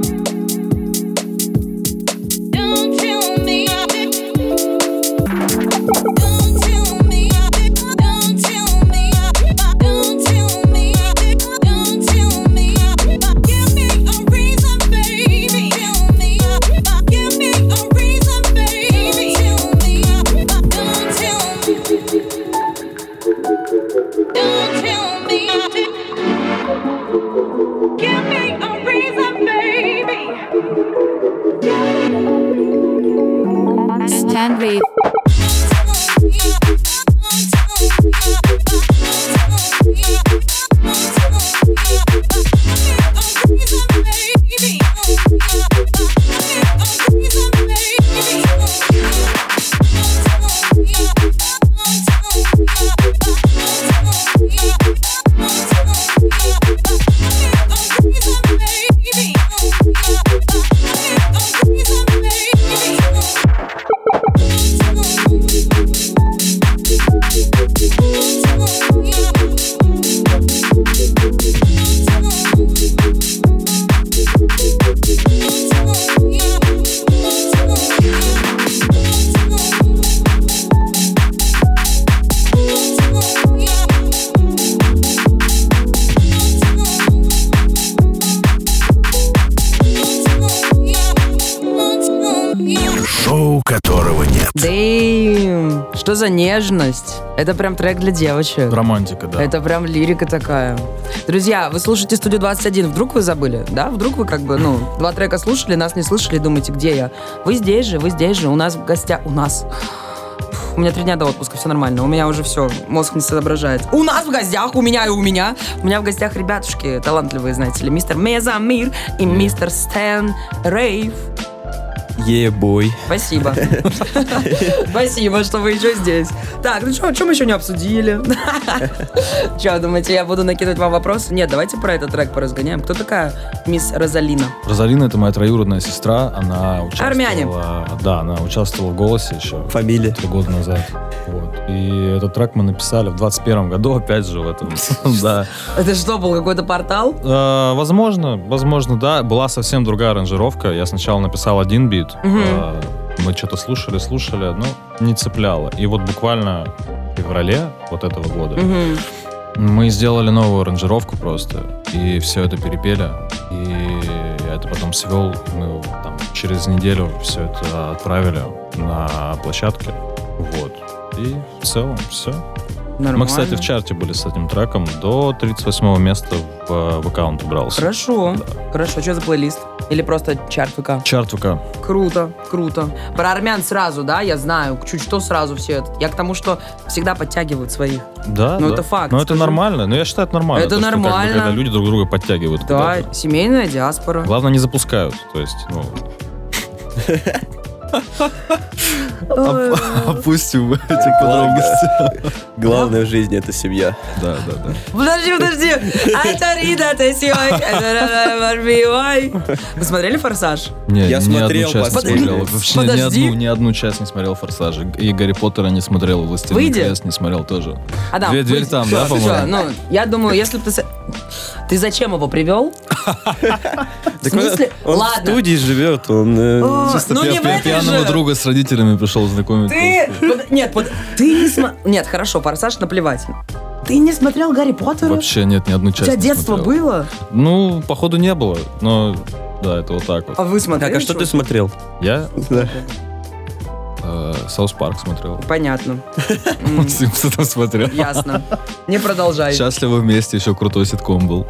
Speaker 8: Give me a reason, baby.
Speaker 9: Stand with
Speaker 1: Шоу которого нет.
Speaker 3: Дэйм, что за нежность? Это прям трек для девочек.
Speaker 5: Романтика, да.
Speaker 3: Это прям лирика такая. Друзья, вы слушаете студию 21. Вдруг вы забыли, да? Вдруг вы как бы, ну, два трека слушали, нас не слышали, думаете, где я? Вы здесь же, вы здесь же, у нас в гостях, у нас. Фух, У меня три дня до отпуска, все нормально. У меня уже все, мозг не соображает. У нас в гостях, у меня и у меня. У меня в гостях ребятушки талантливые, знаете ли, мистер Мезамир и мистер Стэн Рейв.
Speaker 4: Е-бой.
Speaker 3: [LAUGHS] Спасибо. Спасибо, что вы еще здесь. Так, ну что, мы еще не [LAUGHS] обсудили? Че, думаете, я буду накидывать вам вопросы? Нет, давайте про этот трек поразгоняем. Кто такая мисс Розалина?
Speaker 5: Розалина это моя троюродная сестра, она участвовала...
Speaker 3: Армяне.
Speaker 5: Да, она участвовала в «Голосе» еще
Speaker 4: Фамилия.
Speaker 5: три года назад. Вот. И этот трек мы написали в 21 году, опять же, в этом. [LAUGHS] Да.
Speaker 3: Это что, был какой-то портал?
Speaker 5: Э, Возможно, возможно, да. Была совсем другая аранжировка. Я сначала написал один бит.
Speaker 3: Мгм.
Speaker 5: Э, Мы что-то слушали, слушали, но не цепляло. И вот буквально в феврале вот этого года
Speaker 3: Мгм.
Speaker 5: мы сделали новую аранжировку просто. И все это перепели. И я это потом свел. и Мы там через неделю все это отправили на площадке. Вот. И в целом все.
Speaker 3: Нормально.
Speaker 5: Мы, кстати, в чарте были с этим треком. До 38 места в, в аккаунт убрался.
Speaker 3: Хорошо, хорошо. Что за плейлист? Или просто чарт ВК?
Speaker 5: Чарт ВК.
Speaker 3: Круто, круто. Про армян сразу, да, я знаю. Чуть что сразу все это. Я к тому, что всегда подтягивают своих.
Speaker 5: Да,
Speaker 3: Ну,
Speaker 5: да.
Speaker 3: это факт,
Speaker 5: Но это
Speaker 3: скажи.
Speaker 5: нормально. Но я считаю, это нормально.
Speaker 3: Это
Speaker 5: То, что как бы,
Speaker 3: нормально.
Speaker 5: когда люди друг друга подтягивают.
Speaker 3: Да,
Speaker 5: куда-то.
Speaker 3: семейная диаспора.
Speaker 5: Главное, не запускают. То есть, ну... Опустим эти
Speaker 4: [LAUGHS] Главное в жизни это семья.
Speaker 5: Да, да, да.
Speaker 3: Подожди, подожди. Это Рида, это Сиой, это Барбиой. Вы смотрели «Форсаж»?
Speaker 5: Не,
Speaker 4: Я
Speaker 5: ни
Speaker 4: смотрел
Speaker 5: одну часть не
Speaker 4: последний.
Speaker 5: смотрел. Вообще ни
Speaker 3: Подожди.
Speaker 5: одну, ни одну часть не смотрел «Форсажа». И «Гарри Поттера» не смотрел, и «Властелин
Speaker 3: Выйди.
Speaker 5: колец» не смотрел тоже.
Speaker 3: А, да,
Speaker 5: Две дверь
Speaker 3: пусть-
Speaker 5: там, да,
Speaker 3: Всё,
Speaker 5: по-моему?
Speaker 3: ну, я думаю, если бы ты... с- Ты зачем его привел? В
Speaker 4: Так он-
Speaker 3: смысле?
Speaker 4: Он в
Speaker 3: Ладно.
Speaker 4: студии живет, он... э,
Speaker 3: О,
Speaker 4: чисто
Speaker 3: ну
Speaker 4: пьян.
Speaker 3: не в
Speaker 5: Я
Speaker 3: этой
Speaker 5: пьяного
Speaker 3: же.
Speaker 5: друга с родителями пришел знакомиться.
Speaker 3: Ты... под- Нет, под- ты не смо- Нет, хорошо, «Форсаж» наплевать. Ты не смотрел «Гарри Поттера»?
Speaker 5: Вообще нет ни одну
Speaker 3: У
Speaker 5: часть
Speaker 3: тебя
Speaker 5: не
Speaker 3: детство
Speaker 5: смотрел.
Speaker 3: было?
Speaker 5: Ну, походу, не было. Но, да, это вот так вот.
Speaker 3: А вы смотрели?
Speaker 4: Так, а что ты
Speaker 3: чувак?
Speaker 4: смотрел?
Speaker 5: Я
Speaker 4: Да.
Speaker 5: э, «Саус Парк» смотрел.
Speaker 3: Понятно. М,
Speaker 5: [LAUGHS] Симпсонов смотрел.
Speaker 3: Ясно. Не продолжай.
Speaker 5: Счастливы вместе еще крутой ситком был.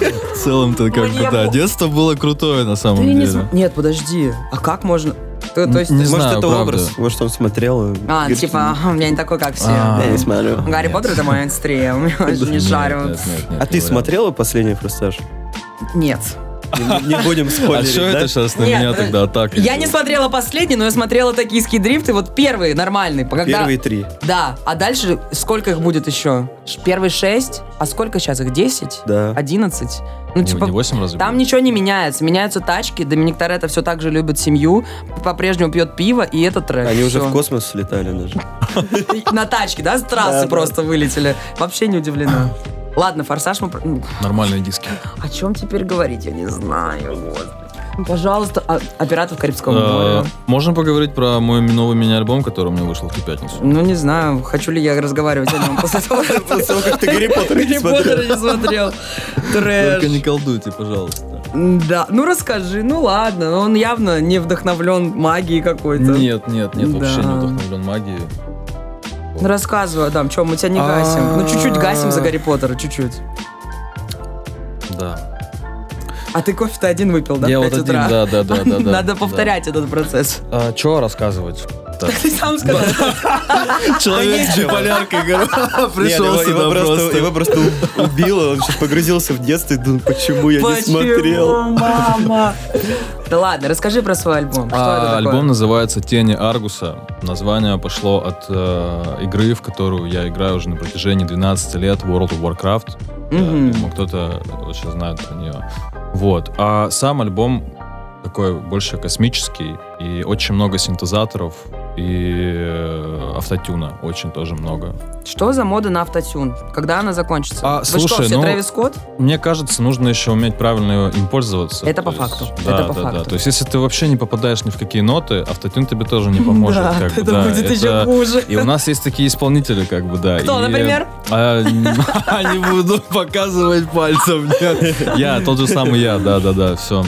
Speaker 5: В целом-то как бы,
Speaker 3: Мне
Speaker 5: да,
Speaker 3: бу-
Speaker 5: детство было крутое на
Speaker 3: Ты
Speaker 5: самом
Speaker 3: не
Speaker 5: деле.
Speaker 3: см- Нет, подожди. А как можно... Ты- То есть...
Speaker 5: Не
Speaker 4: Может,
Speaker 5: знаю,
Speaker 4: это
Speaker 5: правда.
Speaker 4: образ? Может, он смотрел? и
Speaker 3: А,
Speaker 4: говорит,
Speaker 3: типа, «Ага, я не такой, как все.
Speaker 5: А,
Speaker 4: Я не смотрю.
Speaker 3: Гарри
Speaker 5: Нет.
Speaker 3: Поттер это моя индустрия, у меня же не
Speaker 5: Нет,
Speaker 3: жарю.
Speaker 5: нет, нет, нет,
Speaker 4: А
Speaker 5: не
Speaker 4: ты
Speaker 5: вариант.
Speaker 4: смотрела последний форсаж?
Speaker 3: Нет.
Speaker 4: Не не [LAUGHS] будем
Speaker 5: А
Speaker 4: спойлерить,
Speaker 5: что
Speaker 4: да?
Speaker 5: это сейчас на
Speaker 3: Нет,
Speaker 5: меня
Speaker 3: подожди.
Speaker 5: тогда атака?
Speaker 3: Я не смотрела последний, но я смотрела токийский дрифт, и вот первый нормальный. Когда...
Speaker 4: Первые три.
Speaker 3: Да, а дальше сколько их будет еще? Ш- Первые шесть, а сколько сейчас их? Десять?
Speaker 4: Да.
Speaker 3: Одиннадцать? Ну,
Speaker 5: Не- Не 8 разве?
Speaker 3: Там
Speaker 5: было?
Speaker 3: ничего не меняется. Меняются тачки. Доминик Торетто все так же любит семью, по-прежнему пьет пиво, и это трек.
Speaker 4: Они уже
Speaker 3: Всё.
Speaker 4: в космос слетали даже.
Speaker 3: [LAUGHS] На тачке, да, с
Speaker 4: Да,
Speaker 3: трассы
Speaker 4: да.
Speaker 3: просто вылетели. Вообще не
Speaker 4: [CLEARS THROAT]
Speaker 3: удивлена. Ладно, форсаж мы... про- ну,
Speaker 5: Нормальные
Speaker 3: [LAUGHS]
Speaker 5: диски.
Speaker 3: О чем теперь говорить, я не знаю. вот. Пожалуйста, а, о, о пиратах Карибского
Speaker 5: Э,
Speaker 3: моря.
Speaker 5: Можно поговорить про мой новый мини-альбом, который у меня вышел в ту пятницу?
Speaker 3: Ну, не знаю, хочу ли я разговаривать о нем
Speaker 5: [LAUGHS]
Speaker 3: после того, как
Speaker 4: После того, как ты Гарри Поттера не
Speaker 3: Гарри Поттера
Speaker 4: смотрел.
Speaker 3: не смотрел.
Speaker 5: Только не
Speaker 3: Трэш.
Speaker 5: колдуйте, пожалуйста.
Speaker 3: Да, ну расскажи, ну ладно, но он явно не вдохновлен магией какой-то.
Speaker 5: Нет, нет, нет,
Speaker 3: Да.
Speaker 5: вообще не вдохновлен магией.
Speaker 3: Ну, Рассказывай, Адам, что, мы тебя
Speaker 5: А.
Speaker 3: не гасим. Ну, чуть-чуть гасим за Гарри Поттера, чуть-чуть.
Speaker 5: Да.
Speaker 3: А ты кофе-то один выпил, да,
Speaker 5: Я
Speaker 3: в
Speaker 5: вот
Speaker 3: 5
Speaker 5: один,
Speaker 3: утра?
Speaker 5: да, да, да,
Speaker 3: [LAUGHS]
Speaker 5: да, да.
Speaker 3: Надо
Speaker 5: Да.
Speaker 3: повторять этот процесс. [LAUGHS]
Speaker 5: А, чё рассказывать?
Speaker 3: Ты сам сказал.
Speaker 5: [LAUGHS]
Speaker 4: Человек с биполяркой пришел сюда просто. Его просто у- убило, он сейчас погрузился в детство и думал, почему я не смотрел.
Speaker 3: Почему, мама? [LAUGHS] Да ладно, расскажи про свой альбом. Что
Speaker 5: А,
Speaker 3: это такое?
Speaker 5: альбом называется «Тени Аргуса». Название пошло от э, игры, в которую я играю уже на протяжении 12 лет, World of Warcraft. Да,
Speaker 3: Мгм.
Speaker 5: думаю, кто-то сейчас знает про нее. Вот. А сам альбом такой больше космический, и очень много синтезаторов, и э, автотюна очень тоже много.
Speaker 3: Что за мода на автотюн? Когда она закончится?
Speaker 5: А,
Speaker 3: Вы что,
Speaker 5: слушай,
Speaker 3: все
Speaker 5: ну,
Speaker 3: Трэвис Скотт?
Speaker 5: Мне кажется, нужно еще уметь правильно им пользоваться.
Speaker 3: Это по
Speaker 5: То
Speaker 3: факту.
Speaker 5: Да,
Speaker 3: Это по
Speaker 5: да, да.
Speaker 3: факту.
Speaker 5: То есть, если ты вообще не попадаешь ни в какие ноты, автотюн тебе тоже не
Speaker 3: [LAUGHS]
Speaker 5: поможет.
Speaker 3: Да,
Speaker 5: как бы,
Speaker 3: это
Speaker 5: да.
Speaker 3: будет еще
Speaker 5: Это-
Speaker 3: хуже.
Speaker 5: И у нас есть такие исполнители, как бы, да.
Speaker 3: Кто,
Speaker 5: и-
Speaker 3: например?
Speaker 5: [LAUGHS] А, Не буду показывать пальцем. нет. Я, тот же самый я, да-да-да, все.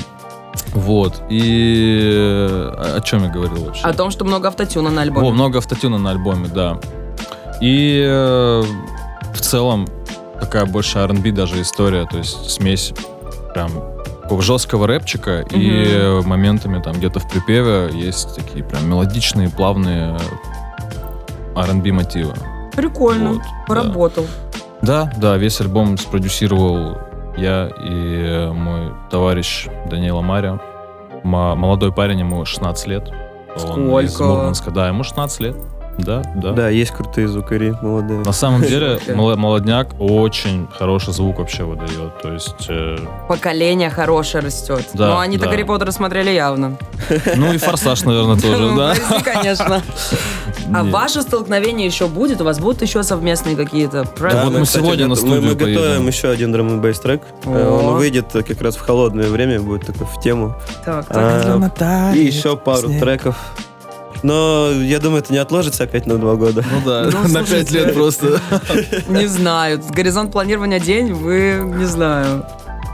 Speaker 5: Вот. И э, о чем я говорил вообще?
Speaker 3: О том, что много автотюна на
Speaker 5: Во, ну,
Speaker 3: альбоме.
Speaker 5: много автотюна на альбоме, да. И э, в целом такая больше R&B даже история, то есть смесь прям такого жесткого рэпчика и э, моментами там где-то в припеве есть такие прям мелодичные, плавные R&B мотивы.
Speaker 3: Прикольно.
Speaker 5: Вот, да.
Speaker 3: Поработал.
Speaker 5: Да, да, весь альбом спродюсировал я и э, мой товарищ Данила Мария. молодой парень, ему 16 лет. Он из
Speaker 3: Сколько?
Speaker 5: Мурманска, да, ему 16 лет. Да, да.
Speaker 4: Да, есть крутые звукари, молодые.
Speaker 5: На
Speaker 3: [LAUGHS]
Speaker 5: самом деле,
Speaker 3: Слушай.
Speaker 5: мол- молодняк очень хороший звук вообще выдает. То есть, э,
Speaker 3: Поколение хорошее растет.
Speaker 5: Да,
Speaker 3: Но они-то
Speaker 5: да.
Speaker 3: Гарри Поттера смотрели явно.
Speaker 5: ну и форсаж, наверное, тоже,
Speaker 3: Ну,
Speaker 5: да?
Speaker 3: прости,
Speaker 5: [LAUGHS]
Speaker 3: конечно. А
Speaker 5: Нет.
Speaker 3: ваше столкновение еще будет? У вас будут еще совместные какие-то
Speaker 5: Да,
Speaker 4: мы,
Speaker 5: вот мы
Speaker 4: ну, кстати,
Speaker 5: сегодня на
Speaker 4: го- мы- Мы
Speaker 5: студию поедем.
Speaker 4: готовим еще один драм н бейс трек. Э,
Speaker 3: О.
Speaker 4: Он выйдет э, как раз в холодное время, будет такой в тему.
Speaker 3: Так, так.
Speaker 4: А, И еще пару треков. Но я думаю, это не отложится опять на два года.
Speaker 5: Ну да,
Speaker 3: Ну,
Speaker 5: на
Speaker 3: слушайте.
Speaker 5: 5 лет просто.
Speaker 3: Не знаю. Горизонт планирования день, вы не знаю.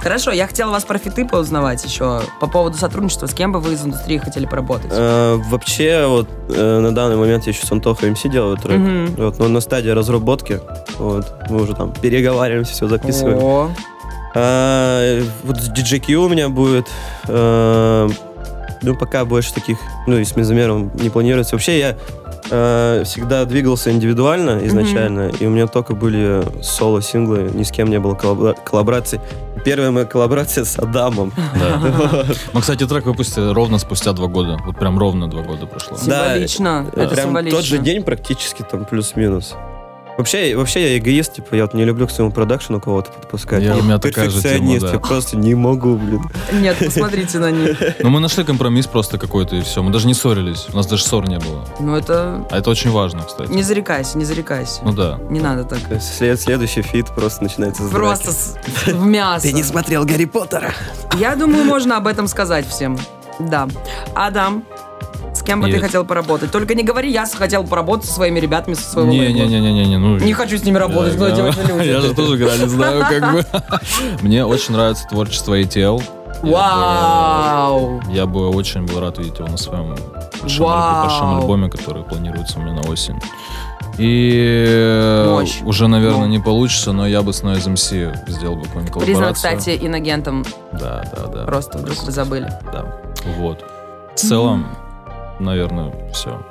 Speaker 3: Хорошо, я хотела вас про фиты поузнавать еще. По поводу сотрудничества, с кем бы вы из индустрии хотели поработать?
Speaker 4: Э, Вообще, вот э, на данный момент я еще с Антохой МС делаю трек.
Speaker 3: Мгм.
Speaker 4: Вот, но он на стадии разработки. Вот, мы уже там переговариваемся, все записываем.
Speaker 3: О,
Speaker 4: А, вот с DJQ у меня будет. э, ну, пока больше таких, ну, и с мезомером не планируется. Вообще, я э, всегда двигался индивидуально изначально, и у меня только были соло-синглы, ни с кем не было коллабора- коллабораций. Первая моя коллаборация с Адамом.
Speaker 5: Мы, кстати, трек выпустили ровно спустя два года. Вот прям ровно два года
Speaker 3: [LAUGHS]
Speaker 5: прошло.
Speaker 4: Да,
Speaker 3: символично.
Speaker 4: Э,
Speaker 3: [LAUGHS] Это
Speaker 4: Прям
Speaker 3: символично.
Speaker 4: тот же день практически, там, плюс-минус. Вообще, вообще я эгоист, типа, я вот не люблю к своему продакшену кого-то подпускать.
Speaker 5: Я- у меня такая же тема,
Speaker 4: перфекционист,
Speaker 5: да.
Speaker 4: я просто не могу, блин.
Speaker 3: Нет, посмотрите на них.
Speaker 5: Но мы нашли компромисс просто какой-то и все. Мы даже не ссорились. У нас даже ссор не было.
Speaker 3: Ну это...
Speaker 5: А это очень важно, кстати.
Speaker 3: Не зарекайся, не зарекайся.
Speaker 5: Ну да.
Speaker 3: Не надо так.
Speaker 4: След- следующий фит просто начинается с драки.
Speaker 3: Просто с- в мясо.
Speaker 1: смотрел Гарри Поттера?
Speaker 3: Я думаю, можно об этом сказать всем. Да. Адам, с кем бы ты
Speaker 5: Есть.
Speaker 3: хотел поработать? Только не говори, я хотел поработать со своими ребятами, со своего лейбла.
Speaker 5: Не-не-не-не-не. Ну,
Speaker 3: Не хочу с ними работать, но
Speaker 5: я,
Speaker 3: эти
Speaker 5: [LAUGHS] я-
Speaker 3: ваши люди.
Speaker 5: я же тоже грани знаю,
Speaker 3: [LAUGHS]
Speaker 5: как бы. Мне очень нравится творчество ATL. Я бы-
Speaker 3: Вау!
Speaker 5: Я бы очень был рад видеть его на своем большом,
Speaker 3: Вау.
Speaker 5: альб- большом альбоме, который планируется у меня на осень. И э,
Speaker 3: Мощь.
Speaker 5: уже,
Speaker 3: Ну.
Speaker 5: наверное, не получится, но я бы с Noise MC сделал бы какую-нибудь коллаборацию.
Speaker 3: Признан, кстати, инагентом.
Speaker 5: Да, да, да.
Speaker 3: Просто вдруг вы забыли.
Speaker 5: Да. Вот. В целом, наверное, все.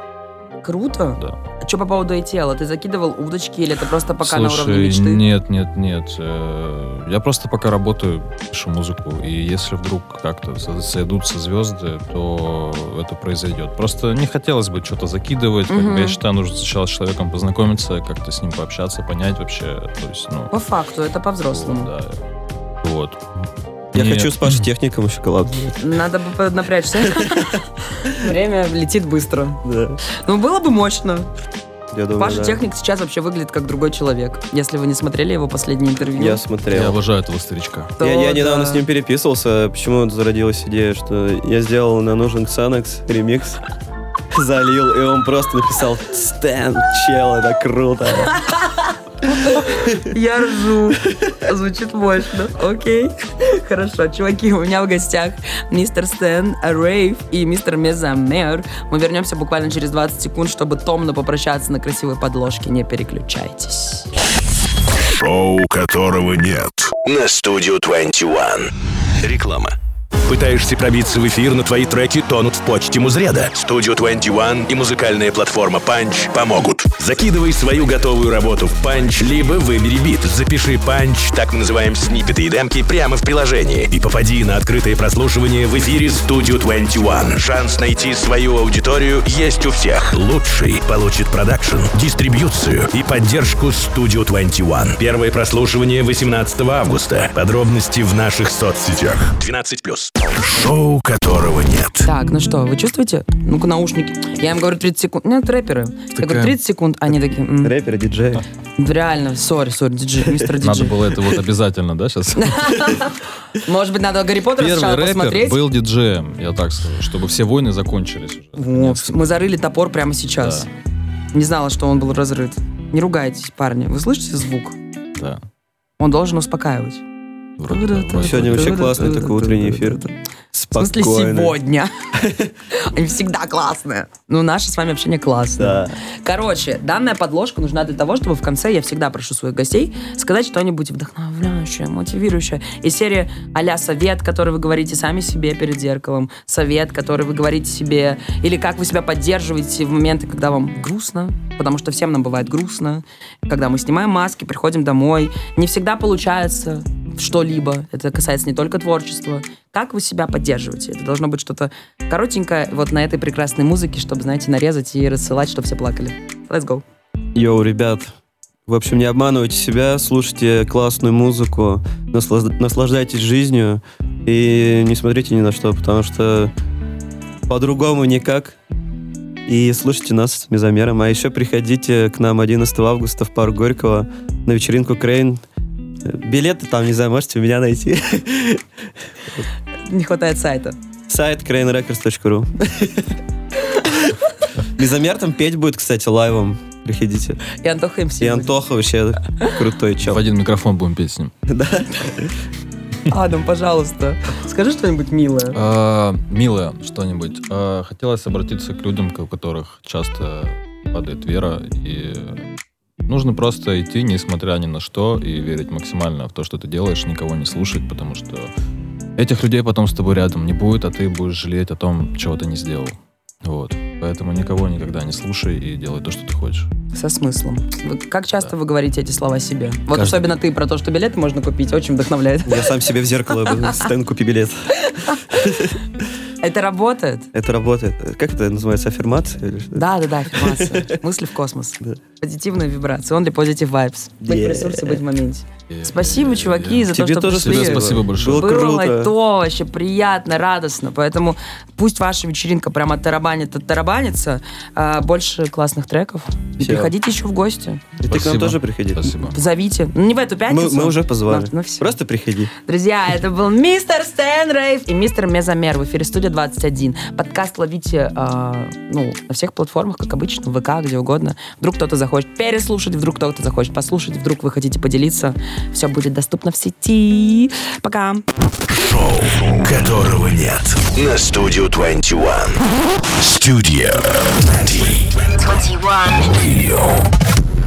Speaker 3: Круто.
Speaker 5: Да.
Speaker 3: А что по поводу ATL? Ты закидывал удочки или это просто пока на
Speaker 5: Слушай,
Speaker 3: уровне мечты?
Speaker 5: нет, нет, нет. Э, Я просто пока работаю, пишу музыку, и если вдруг как-то со- сойдутся звезды, то это произойдет. Просто не хотелось бы что-то закидывать. как бы.
Speaker 3: Мгм.
Speaker 5: я считаю, нужно сначала с человеком познакомиться, как-то с ним пообщаться, понять вообще. То есть, ну,
Speaker 3: По факту, это
Speaker 5: вот,
Speaker 3: по-взрослому.
Speaker 5: да. Вот.
Speaker 4: Я
Speaker 5: Не-
Speaker 4: хочу с Пашей Техником еще коллаб.
Speaker 3: Надо бы
Speaker 5: [LAUGHS]
Speaker 3: поднапрячься. Время летит быстро.
Speaker 4: [LAUGHS] Да,
Speaker 3: Ну, было бы мощно.
Speaker 4: я думаю,
Speaker 3: Паша
Speaker 4: да.
Speaker 3: Техник сейчас вообще выглядит как другой человек. Если вы не смотрели его последнее интервью,
Speaker 4: Я
Speaker 5: Я
Speaker 4: смотрел.
Speaker 5: обожаю этого старичка.
Speaker 3: то
Speaker 4: Я, я
Speaker 3: да.
Speaker 4: недавно с ним переписывался. Почему зародилась идея, что я сделал на нужен Ксанакс ремикс, [LAUGHS] залил, и он просто написал «Стэн, чел, это круто!»
Speaker 3: Я ржу. Звучит мощно. Окей. Хорошо, чуваки, у меня в гостях мистер Стэн, Рейв и мистер Мезамер. Мы вернемся буквально через 20 секунд, чтобы томно попрощаться на красивой подложке. Не переключайтесь.
Speaker 1: Шоу, которого нет.
Speaker 2: на студию 21. Реклама.
Speaker 1: Пытаешься пробиться в эфир, но твои треки тонут в почте Музреда.
Speaker 2: Студию 21 и музыкальная платформа Punch помогут.
Speaker 1: Закидывай свою готовую работу в панч, либо выбери бит, запиши панч
Speaker 2: Так мы называем снипеты и демки прямо в приложении.
Speaker 1: и попади на открытое прослушивание в эфире Studio 21.
Speaker 2: Шанс найти свою аудиторию есть у всех.
Speaker 1: Лучший получит продакшн, дистрибьюцию и поддержку Studio 21. Первое прослушивание 18 августа. Подробности в наших соцсетях.
Speaker 2: 12+.
Speaker 1: Шоу, которого нет.
Speaker 3: Так, ну что, вы чувствуете? Ну-ка, наушники. Я им говорю 30 секунд. Нет, рэперы. Я говорю 30 секунд, они такие... «М,
Speaker 4: Рэпер, диджей.
Speaker 3: Реально, сори, сори, диджей, мистер
Speaker 5: Надо
Speaker 3: диджей.
Speaker 5: было это вот обязательно,
Speaker 3: [LAUGHS]
Speaker 5: да, сейчас?
Speaker 3: Может быть, надо Гарри Поттера
Speaker 5: Первый
Speaker 3: сначала
Speaker 5: рэпер
Speaker 3: посмотреть?
Speaker 5: был диджеем, я так скажу, чтобы все войны закончились уже.
Speaker 3: Во,
Speaker 5: наконец-то.
Speaker 3: мы зарыли топор прямо сейчас. Не знала, что он был разрыт. Не ругайтесь, парни. Вы слышите звук?
Speaker 5: Да,
Speaker 3: Он должен успокаивать.
Speaker 5: вроде да, вроде
Speaker 4: Ну, Сегодня вообще классный такой утренний эфир.
Speaker 3: В смысле,
Speaker 4: Спокойный.
Speaker 3: сегодня. [LAUGHS] Они всегда классные. Ну, наше с вами общение классное.
Speaker 4: Да.
Speaker 3: Короче, данная подложка нужна для того, чтобы в конце, я всегда прошу своих гостей, сказать что-нибудь вдохновляющее, мотивирующее. И серия а совет, который вы говорите сами себе перед зеркалом, совет, который вы говорите себе, или как вы себя поддерживаете в моменты, когда вам грустно, потому что всем нам бывает грустно, когда мы снимаем маски, приходим домой, не всегда получается что-либо. Это касается не только творчества. Как вы себя поддерживаете? Это должно быть что-то коротенькое вот на этой прекрасной музыке, чтобы, знаете, нарезать и рассылать, чтобы все плакали. Let's go.
Speaker 4: Йоу, ребят. В общем, не обманывайте себя, слушайте классную музыку, наслаж- наслаждайтесь жизнью и не смотрите ни на что, потому что по-другому никак. И слушайте нас с Мезомером. А еще приходите к нам 11 августа в парк Горького на вечеринку Крейн. Билеты там, не знаю, можете у меня найти. [LAUGHS]
Speaker 3: Не хватает сайта.
Speaker 4: Сайт cranerecords.ru [LAUGHS] Мезомер там петь будет, кстати, лайвом. Приходите.
Speaker 3: И Антоха им
Speaker 4: И Антоха вообще крутой
Speaker 5: В
Speaker 4: чел.
Speaker 5: один микрофон будем петь с ним.
Speaker 3: Адам, пожалуйста, скажи что-нибудь милое.
Speaker 5: А, Милая, что-нибудь. А, Хотелось обратиться к людям, к- у которых часто падает вера, и нужно просто идти, несмотря ни на что, и верить максимально в то, что ты делаешь, никого не слушать, потому что этих людей потом с тобой рядом не будет, а ты будешь жалеть о том, чего ты не сделал. Вот. Поэтому никого никогда не слушай и делай то, что ты хочешь.
Speaker 3: Со смыслом. Вы- Как часто вы говорите эти слова себе? Вот
Speaker 5: Каждый
Speaker 3: особенно ты про то, что билеты можно купить, очень [LAUGHS] вдохновляет.
Speaker 4: Я сам себе в зеркало бы, Стэн, купи билет.
Speaker 3: Это работает?
Speaker 4: Это работает. Как это называется? Аффирмация? или что?
Speaker 3: Да, да, да, [LAUGHS] аффирмация. Мысли в космос. Позитивная вибрация. Он для позитив vibes. Быть в
Speaker 4: Yeah.
Speaker 3: ресурсе, быть в моменте.
Speaker 5: И-
Speaker 3: Спасибо, чуваки, за то,
Speaker 4: Тебе
Speaker 3: что
Speaker 4: тоже
Speaker 3: пришли.
Speaker 5: Тебе спасибо большое.
Speaker 4: Было круто.
Speaker 3: то вообще приятно, радостно. Поэтому пусть ваша вечеринка прямо тарабанит, оттарабанится. А, больше классных треков. И
Speaker 4: Всё.
Speaker 3: приходите еще в гости.
Speaker 4: И ты к нам
Speaker 5: Спасибо.
Speaker 4: тоже приходи.
Speaker 5: Спасибо.
Speaker 3: Зовите. Ну, не в эту
Speaker 4: Мы,
Speaker 3: пятницу.
Speaker 4: мы уже позвали.
Speaker 3: Ну, ну всё.
Speaker 4: Просто приходи.
Speaker 3: Друзья, это был мистер Стэн Рейв и мистер Мезомер в эфире студия 21. Подкаст ловите э, ну, на всех платформах, как обычно, в ВК, где угодно. Вдруг кто-то захочет переслушать, вдруг кто-то захочет послушать, вдруг вы хотите поделиться. Все будет доступно в сети. Пока.
Speaker 1: Которого нет.
Speaker 2: На студию 21.
Speaker 1: Studio 21. Radio.